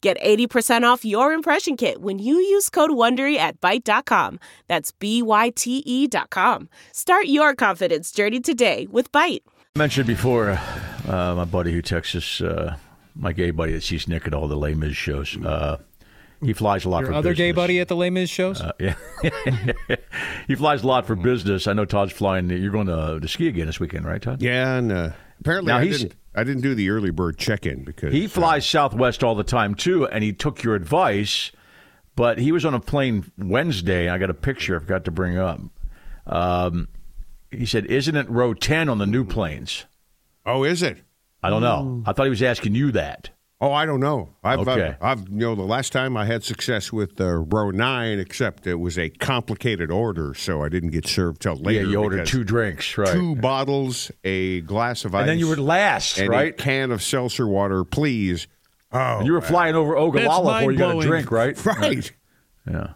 Get 80% off your impression kit when you use code WONDERY at Byte.com. That's B-Y-T-E E dot com. Start your confidence journey today with Byte. I mentioned before, uh, my buddy who texts us, uh, my gay buddy that sees Nick at all the Les Mis shows. Uh, he flies a lot Your for other business. gay buddy at the Les Mis shows? Yeah, he flies a lot for business. I know Todd's flying. You're going to, to ski again this weekend, right, Todd? Yeah, and uh, apparently Now I he's- didn't. I didn't do the early bird check-in because He flies Southwest all the time too, and he took your advice. But he was on a plane Wednesday. I got a picture I forgot to bring up. Um, he said, "Isn't it row ten on the new planes?" Oh, is it? I don't know. I thought he was asking you that. Oh, I don't know. I've, Okay. I've, I've you know the last time I had success with uh, row nine, except it was a complicated order, so I didn't get served till later. yeah, you ordered because two drinks, right? two bottles, a glass of ice, and then you were last, and a right? Oh. can of seltzer water, please. Oh, And you were flying over Ogallala before you got a mind-blowing. drink, right? Right. Yeah.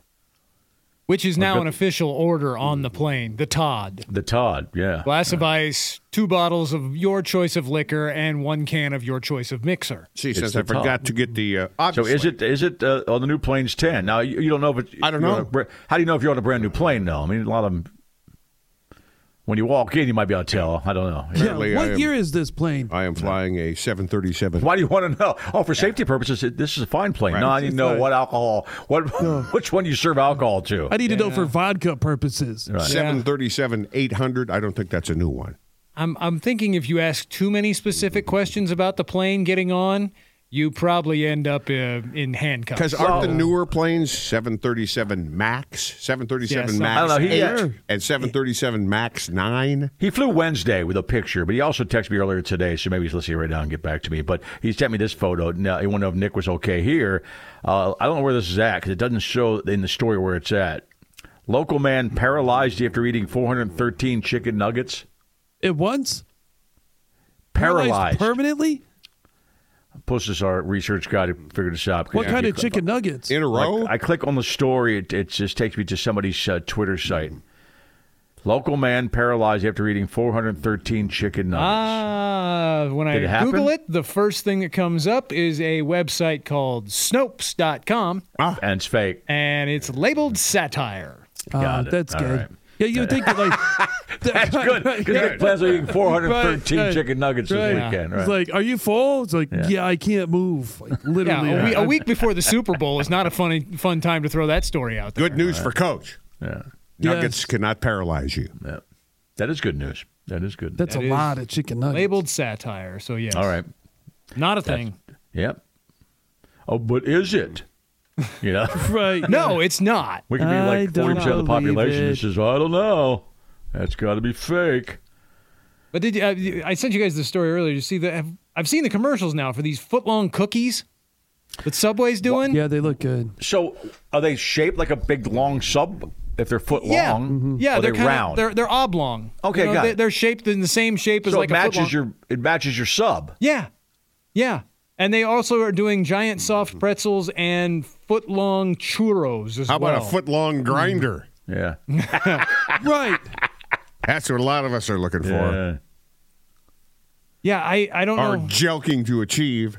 Which is now an official order on the plane. The Todd. The Todd, yeah. Glass of ice, two bottles of your choice of liquor, and one can of your choice of mixer. She It's says the I forgot to get the. Uh, So obviously, is it is it uh, on the new plane's ten? Now you, you don't know, but I don't you're on know. a br- how do you know if you're on a brand new plane? though? I mean a lot of 'em- When you walk in, you might be able to tell. I don't know. Yeah, Apparently I what am- year is this plane? I am flying a 737. Why do you want to know? Oh, for safety purposes, it, this is a fine plane. No, I need to know what alcohol, what which one you serve alcohol to. I need to know for vodka purposes. 737 800. I don't think that's a new one. I'm, I'm thinking if you ask too many specific questions about the plane getting on, you probably end up uh, in handcuffs. Because aren't the newer planes 737 MAX, 737 Yes, I MAX don't know. He- 8, yeah. and 737 MAX 9? He flew Wednesday with a picture, but he also texted me earlier today, so maybe he's listening right now and get back to me. But he sent me this photo. Now, he wanted to know if Nick was okay here. Uh, I don't know where this is at because it doesn't show in the story where it's at. Local man paralyzed after eating 413 chicken nuggets. At once? Paralyzed. permanently? Plus, is our research guy who figured this out. What kind of chicken nuggets? In a row? I click on the story. It, it just takes me to somebody's uh, Twitter site. Local man paralyzed after eating 413 chicken nuggets. Ah, when Did it I happen? Google it, the first thing that comes up is a website called Snopes.com, and it's fake. and it's labeled satire. Ah, Got it. that's All good. right. Yeah, you would think that, like That's good. Because Nick plans on eating 413 Right, right. chicken nuggets this Right. weekend. It's Right. like, are you full? It's like, yeah, I can't move. Like, Yeah, literally, a, we- a I'm- week before the Super Bowl is not a funny fun time to throw that story out there. Good news for Coach. yeah. Nuggets Yes. cannot paralyze you. yeah. That is good news. That is good. That's news. a lot of chicken nuggets. Labeled satire, so yes. All right. Not a thing. Yep. Oh, but is it? You know, Right. No, it's not. we could be I like 40% of the don't population believe that it. says, "Oh, I don't know. That's got to be fake. But did you, I, I sent you guys the story earlier. You see the have, I've seen the commercials now for these footlong cookies that Subway's doing. Yeah, they look good. So are they shaped like a big, long sub if they're foot Yeah, Mm-hmm. long? yeah, Are they're they kinda- round? They're they're oblong. Okay, You know, got they, it. They're shaped in the same shape as so like it a matches footlong. your it matches your sub. Yeah, yeah, and they also are doing giant Mm-hmm. soft pretzels and footlong churros as How well. about a foot long grinder? Yeah. Right. That's what a lot of us are looking for, yeah. Yeah, I I don't are know. jelking to achieve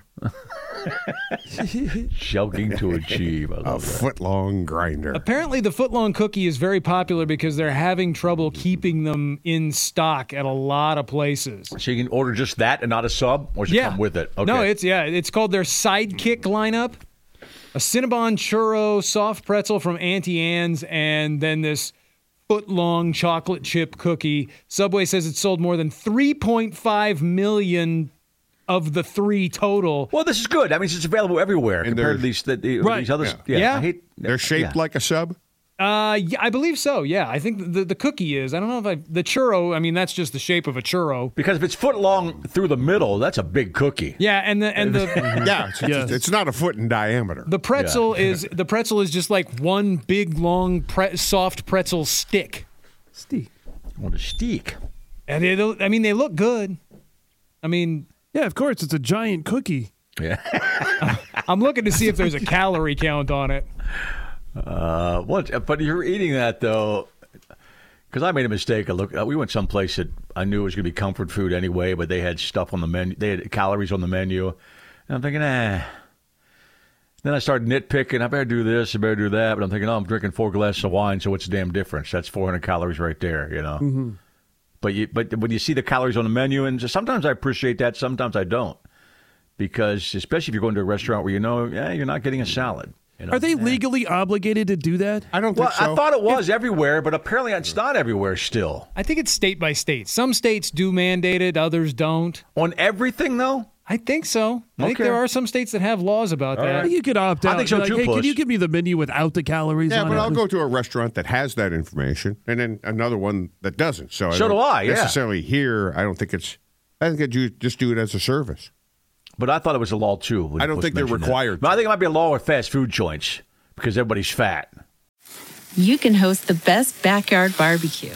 Joking to achieve. I a love that. foot long grinder. Apparently, the footlong cookie is very popular because they're having trouble keeping them in stock at a lot of places. So you can order just that and not a sub, or does it yeah. come with it? Okay. No, it's yeah, it's called their sidekick lineup. A Cinnabon churro, soft pretzel from Auntie Anne's, and then this foot-long chocolate chip cookie. Subway says it sold more than 3.5 million of the three total. Well, this is good. I mean, it's available everywhere And compared they're- to these the, the, Right. these others. Yeah, Yeah. I hate, They're shaped yeah. like a sub? Uh, yeah, I believe so. Yeah, I think the the cookie is. I don't know if I the churro. I mean, that's just the shape of a churro. Because if it's foot long through the middle, that's a big cookie. Yeah, and the and Mm-hmm. the Yeah, it's, it's- it's not a foot in diameter. the pretzel is the pretzel is just like one big long pre- soft pretzel stick, Steve. What a steak. and they don't- I mean they look good. I mean, Yeah, of course. It's a giant cookie. Yeah. I'm looking to see if there's a calorie count on it. Uh, what? But you're eating that though, because I made a mistake. I look, we went someplace that I knew was going to be comfort food anyway, but they had stuff on the menu. They had calories on the menu, and I'm thinking, ah. Then I started nitpicking. I better do this. I better do that. But I'm thinking, oh, I'm drinking four glasses of wine, so what's the damn difference? That's 400 calories right there, you know. But you, but when you see the calories on the menu, and so sometimes I appreciate that, sometimes I don't, because especially if you're going to a restaurant where you know, yeah, you're not getting a salad. You know? Are they legally obligated to do that? I don't Well, think so. I thought it was everywhere, but apparently it's not everywhere still. I think it's state by state. Some states do mandate it, others don't. On everything, though? I think so. I think Okay. there are some states that have laws about that. You could opt I out. think so Be like, too, hey, Puss. can you give me the menu without the calories yeah, on but it? I'll go to a restaurant that has that information, and then another one that doesn't. So, So I don't do I, yeah. Necessarily here, I don't think it's. I think you just do it as a service. But I thought it was a law, too. when I don't Bush think they're mentioned that. required But I think it might be a law with fast food joints because everybody's fat. you can host the best backyard barbecue.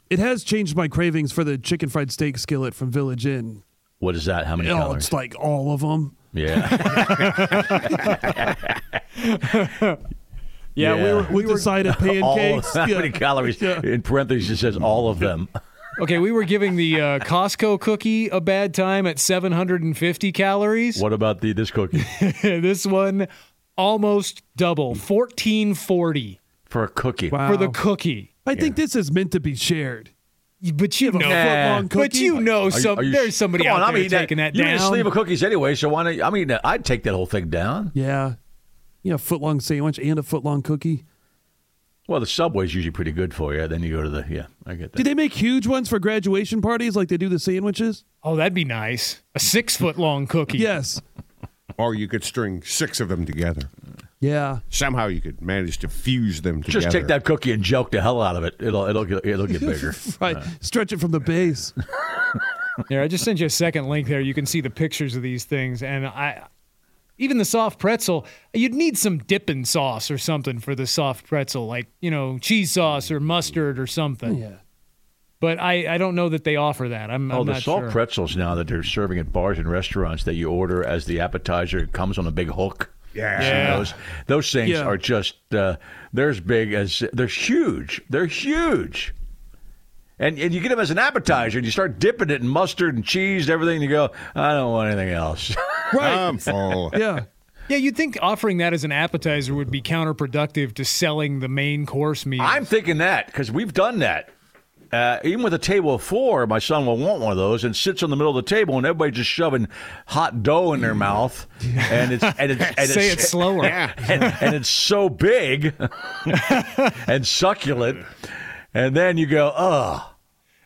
It has changed my cravings for the chicken fried steak skillet from Village Inn. What is that? How many Oh, calories? it's like all of them. Yeah. yeah, we were We decided all, pancakes. how yeah. many calories? In parentheses, it says all of them. Okay, we were giving the uh, Costco cookie a bad time at 750 calories. What about the this cookie? this one almost double, 1440 For a cookie. for the cookie. I think this is meant to be shared. But you know, foot-long but cookie? you know, Are you- some are you- there's somebody come on, out I'm there eating taking that, You're down. a sleeve of cookies anyway, so why not? I mean, I'd take that whole thing down. Yeah. Yeah, a foot long sandwich and a foot long cookie. Well, the Subway's usually pretty good for you. Then you go to the, yeah, I get that. Did they make huge ones for graduation parties like they do the sandwiches? oh, that'd be nice. A six foot long cookie. Yes. Or you could string six of them together. Yeah. Somehow you could manage to fuse them together. Just take that cookie and joke the hell out of it. It'll it'll get, it'll get bigger. Right. Stretch it from the base. There, I just sent you a second link there. You can see the pictures of these things, and I even the soft pretzel. You'd need some dipping sauce or something for the soft pretzel, like you know, cheese sauce or mustard or something. Yeah. But I, I don't know that they offer that. I'm, Oh, I'm the not salt sure. pretzels now that they're serving at bars and restaurants that you order as the appetizer. It comes on a big hook. Yeah. Yeah. Those those things Yeah. are just uh, they're as big as they're huge. They're huge. And, and you get them as an appetizer, and you start dipping it in mustard and cheese, and everything. And you go, I don't want anything else. I'm full. Yeah. Yeah, you'd think offering that as an appetizer would be counterproductive to selling the main course meal. I'm thinking that because we've done that. Uh, even with a table of four, my son will want one of those and sits on the middle of the table, and everybody's just shoving hot dough in their mouth, and it's and it's and Say it it's, slower. and, and it's so big and succulent, and then you go, oh,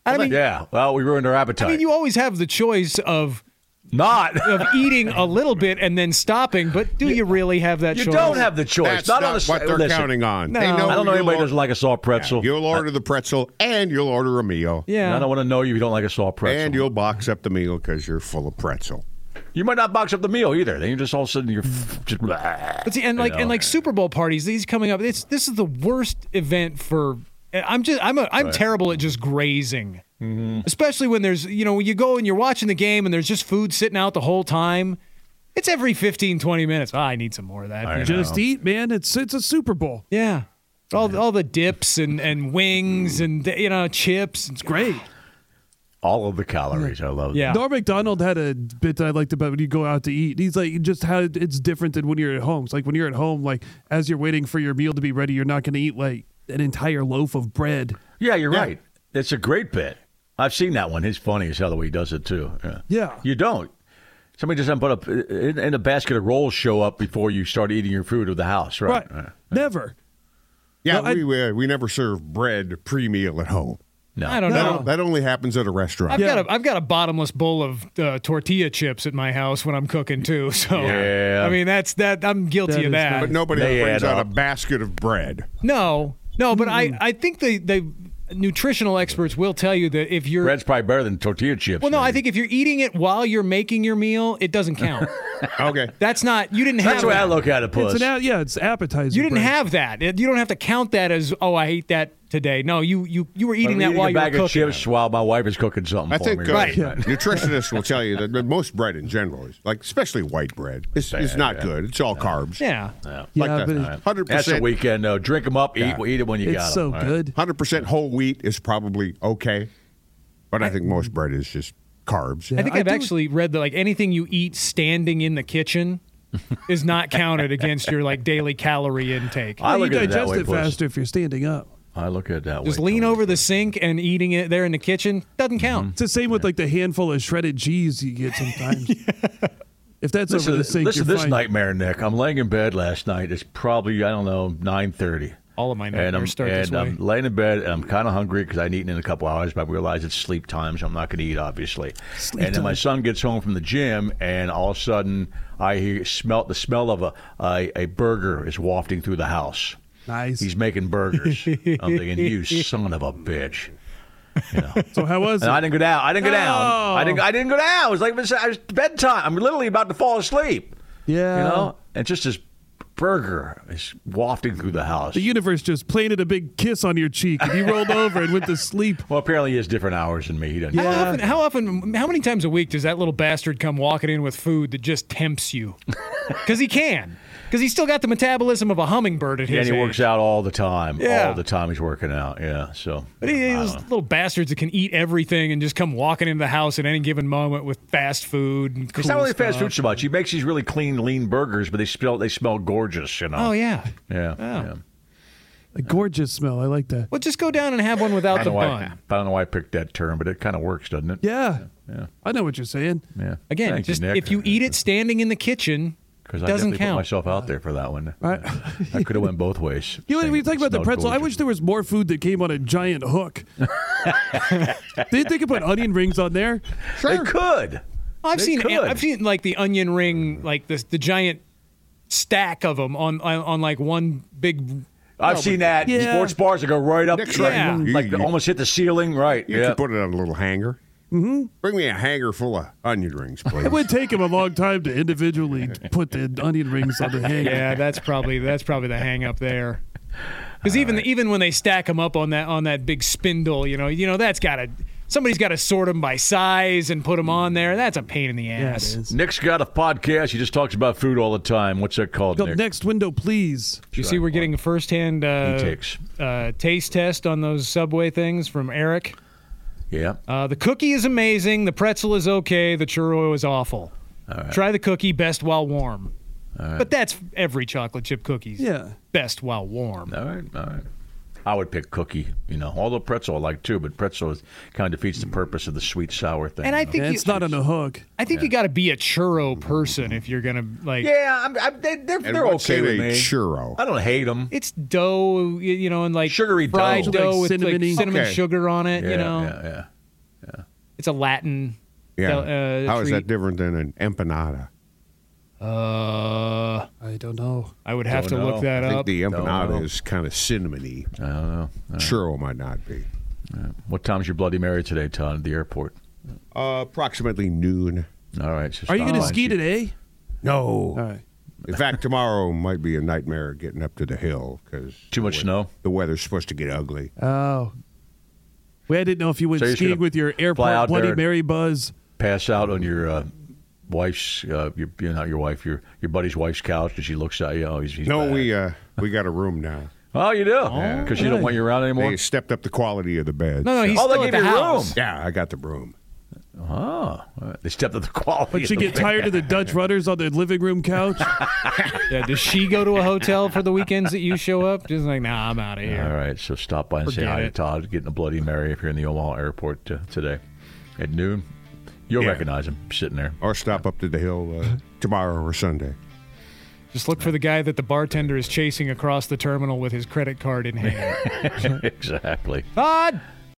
I mean, yeah, well, we ruined our I appetite. mean, you always have the choice of Not. of eating a little bit and then stopping, but do you, really have that You choice? don't have the choice. That's not not, on the, what they're listen, counting on. No. They know I don't know you'll anybody or- who doesn't like a salt pretzel. You'll order the pretzel and you'll order a meal. And Yeah. I don't want to know you if you don't like a salt pretzel. And you'll box up the meal because you're full of pretzel. you might not box up the meal either. Then you just all of a sudden you're just. But see, and like know. and like Super Bowl parties, these coming up. It's this is the worst event for I'm just I'm a, I'm terrible at just grazing, Mm-hmm. especially when there's you know when you go and you're watching the game and there's just food sitting out the whole time. It's every 15, 20 minutes. Ah, I need some more of that. I know. Just eat, man. It's it's a Super Bowl. Yeah. All, all the dips and, and wings and you know chips. It's great. All of the calories. I love Yeah. Norm McDonald had a bit that I liked about when you go out to eat. He's like, just how it's different than when you're at home. It's like when you're at home, like as you're waiting for your meal to be ready, you're not going to eat like an entire loaf of bread. Yeah, you're right. It's a great bit. I've seen that one. It's funny as hell the way he does it too. Yeah. Yeah. You don't. Somebody doesn't put up in, in a basket of rolls show up before you start eating your food of the house, right? Right. Never. Yeah, No, I- we, we uh, we never serve bread pre-meal at home. I don't That, know. that only happens at a restaurant. I've got a I've got a bottomless bowl of uh, tortilla chips at my house when I'm cooking too. So Yeah. I mean that's that I'm guilty That of is that. But nobody They brings add out up. a basket of bread. No, no, but Hmm. I I think the the nutritional experts will tell you that if you're Bread's probably better than tortilla chips. well, no, man. I think if you're eating it while you're making your meal, it doesn't count. Okay. That's not you didn't have that's the way that. I look at it. Puss. It's an a- yeah, it's appetizer. You didn't bread. have that. It- You don't have to count that as oh I ate that today. No, you you you were I'm eating that while a you were bag cooking. of chips while my wife is cooking something I for think me. uh, Right. nutritionists will tell you that that most bread in general, is like especially white bread, is, is not good. It's all carbs. Yeah. Like Yeah, but that. it's- Hundred That's the percent. weekend though. Drink them up, eat eat it when you got 'em. It's so All right. good. Hundred percent whole wheat is probably okay, but I, think most bread is just carbs. I think I I've do- actually read that like anything you eat standing in the kitchen is not counted against your like daily calorie intake. I Yeah, look you at it that digest way, it Puss. faster if you're standing up. I look at it that way. Just lean totally. over the sink and eating it there in the kitchen doesn't Mm-hmm. count. It's the same with like the handful of shredded cheese you get sometimes. If that's Listen, over to- the sink, listen to you're this fine. nightmare, Nick. I'm laying in bed last night. It's probably I don't know nine thirty. All of my and I'm, nightmares start and this way. I'm laying in bed and I'm kind of hungry because I hadn't eaten in a couple hours, but I realize it's sleep time, so I'm not going to eat, obviously. Sleep and then my time. son gets home from the gym, and all of a sudden I hear, smell the smell of a, a a burger is wafting through the house. Nice. He's making burgers. I'm thinking, you son of a bitch. You know. so how was And I it? didn't go down. I didn't go down. I didn't. No. I didn't go down. It was like it was, it was bedtime. I'm literally about to fall asleep. Yeah. You know, and just this burger is wafting through the house. The universe just planted a big kiss on your cheek, and you rolled over and went to sleep. well, apparently he has different hours than me. He doesn't. How often, how often, how many times a week does that little bastard come walking in with food that just tempts you? Because he can. Because he's still got the metabolism of a hummingbird at his And he age. works out all the time. Yeah. All the time he's working out. Yeah. So. But he, those little bastards that can eat everything and just come walking into the house at any given moment with fast food and cool It's not really fast stuff. food so much. He makes these really clean, lean burgers, but they smell they smell gorgeous, you know. Oh yeah. yeah. yeah. A gorgeous smell. I like that. Well, just go down and have one without I the don't, know why, bun. I don't know why I picked that term, but it kind of works, doesn't it? Oh. Yeah. I know what you're saying. Yeah. Again, Thank just Nick. if you eat it standing in the kitchen, Because I doesn't definitely put count. myself out there for that one. Right. I could have went both ways. You know, when Saying we it talk about the smelled pretzel, I gorgeous. wish there was more food that came on a giant hook. they, they could put onion rings on there. They could. I've They seen could. I've seen like the onion ring, like the the giant stack of them on on, on like one big. I've seen that. Yeah. Sports bars that go right up, Nick's like, right. Yeah. You- like you- almost hit the ceiling. Right. You yeah. can put it on a little hanger. Mm-hmm. Bring me a hanger full of onion rings, please. It would take him a long time to individually put the onion rings on the head. Yeah, that's probably that's probably the hang up there. Because even even when they stack them up on that on that big spindle, you know, you know that's got to somebody's got to sort them by size and put them on there. That's a pain in the Yeah, it ass. is. Nick's got a podcast. He just talks about food all the time. What's that called, Go Nick? next window, please. you see, we're getting a firsthand He uh, takes. uh, taste test on those Subway things from Eric. Yeah. Uh, the cookie is amazing. The pretzel is okay. The churro is awful. Try the cookie best while warm. But that's every chocolate chip cookies. Yeah. Best while warm. All right. All right. I would pick cookie, you know. Although pretzel I like too, but pretzel is, kind of defeats the purpose of the sweet sour thing. And I you know? think Yeah, it's you, not on a hook. I think you got to be a churro person if you're gonna like. yeah, I'm, I'm, they, they're, And they're what's okay in with a me. churro? I don't hate them. It's dough, y- you know, and like Sugary fried dough. dough, with Like cinnamony? like cinnamon Okay. sugar on it. Yeah, you know, yeah, yeah. it's a Latin. Yeah. Uh, How is that treat. different than an empanada? Uh, I don't know. I would have Don't to know. look that I think up. the empanada no. is kind of cinnamony. I don't know. Churro might not be. What time's your Bloody Mary today, Todd, at the airport? Uh, approximately noon. All right. So Are you going to stop by. ski today? No. All right. In fact, tomorrow might be a nightmare getting up to the hill because Too much snow? The weather's supposed to get ugly. Oh. Well, I didn't know if you went So you're just skiing gonna with your fly airport out Bloody there and- Mary buzz. Pass out on your uh, wife's, uh, your, you know, not your wife, your your buddy's wife's couch because she looks at you. Oh, he's, he's no, back. we uh, we got a room now. Oh, you do because you don't want you around anymore. They stepped up the quality of the bed. No, no, so- he's Oh, they still at gave the you house. room. yeah, I got the room. Oh, all right. they stepped up the quality. of But you the get tired of the Dutch rudders on the living room couch. Yeah, does she go to a hotel for the weekends that you show up? Just like, nah, I'm out of All here. right, so stop by and say Forget hi to it. Todd. Getting a Bloody Mary if you're in the Omaha airport uh, today at noon. You'll Yeah. recognize him sitting there. Or stop up to the hill uh, tomorrow or Sunday. Just look for the guy that the bartender is chasing across the terminal with his credit card in hand. exactly. Todd,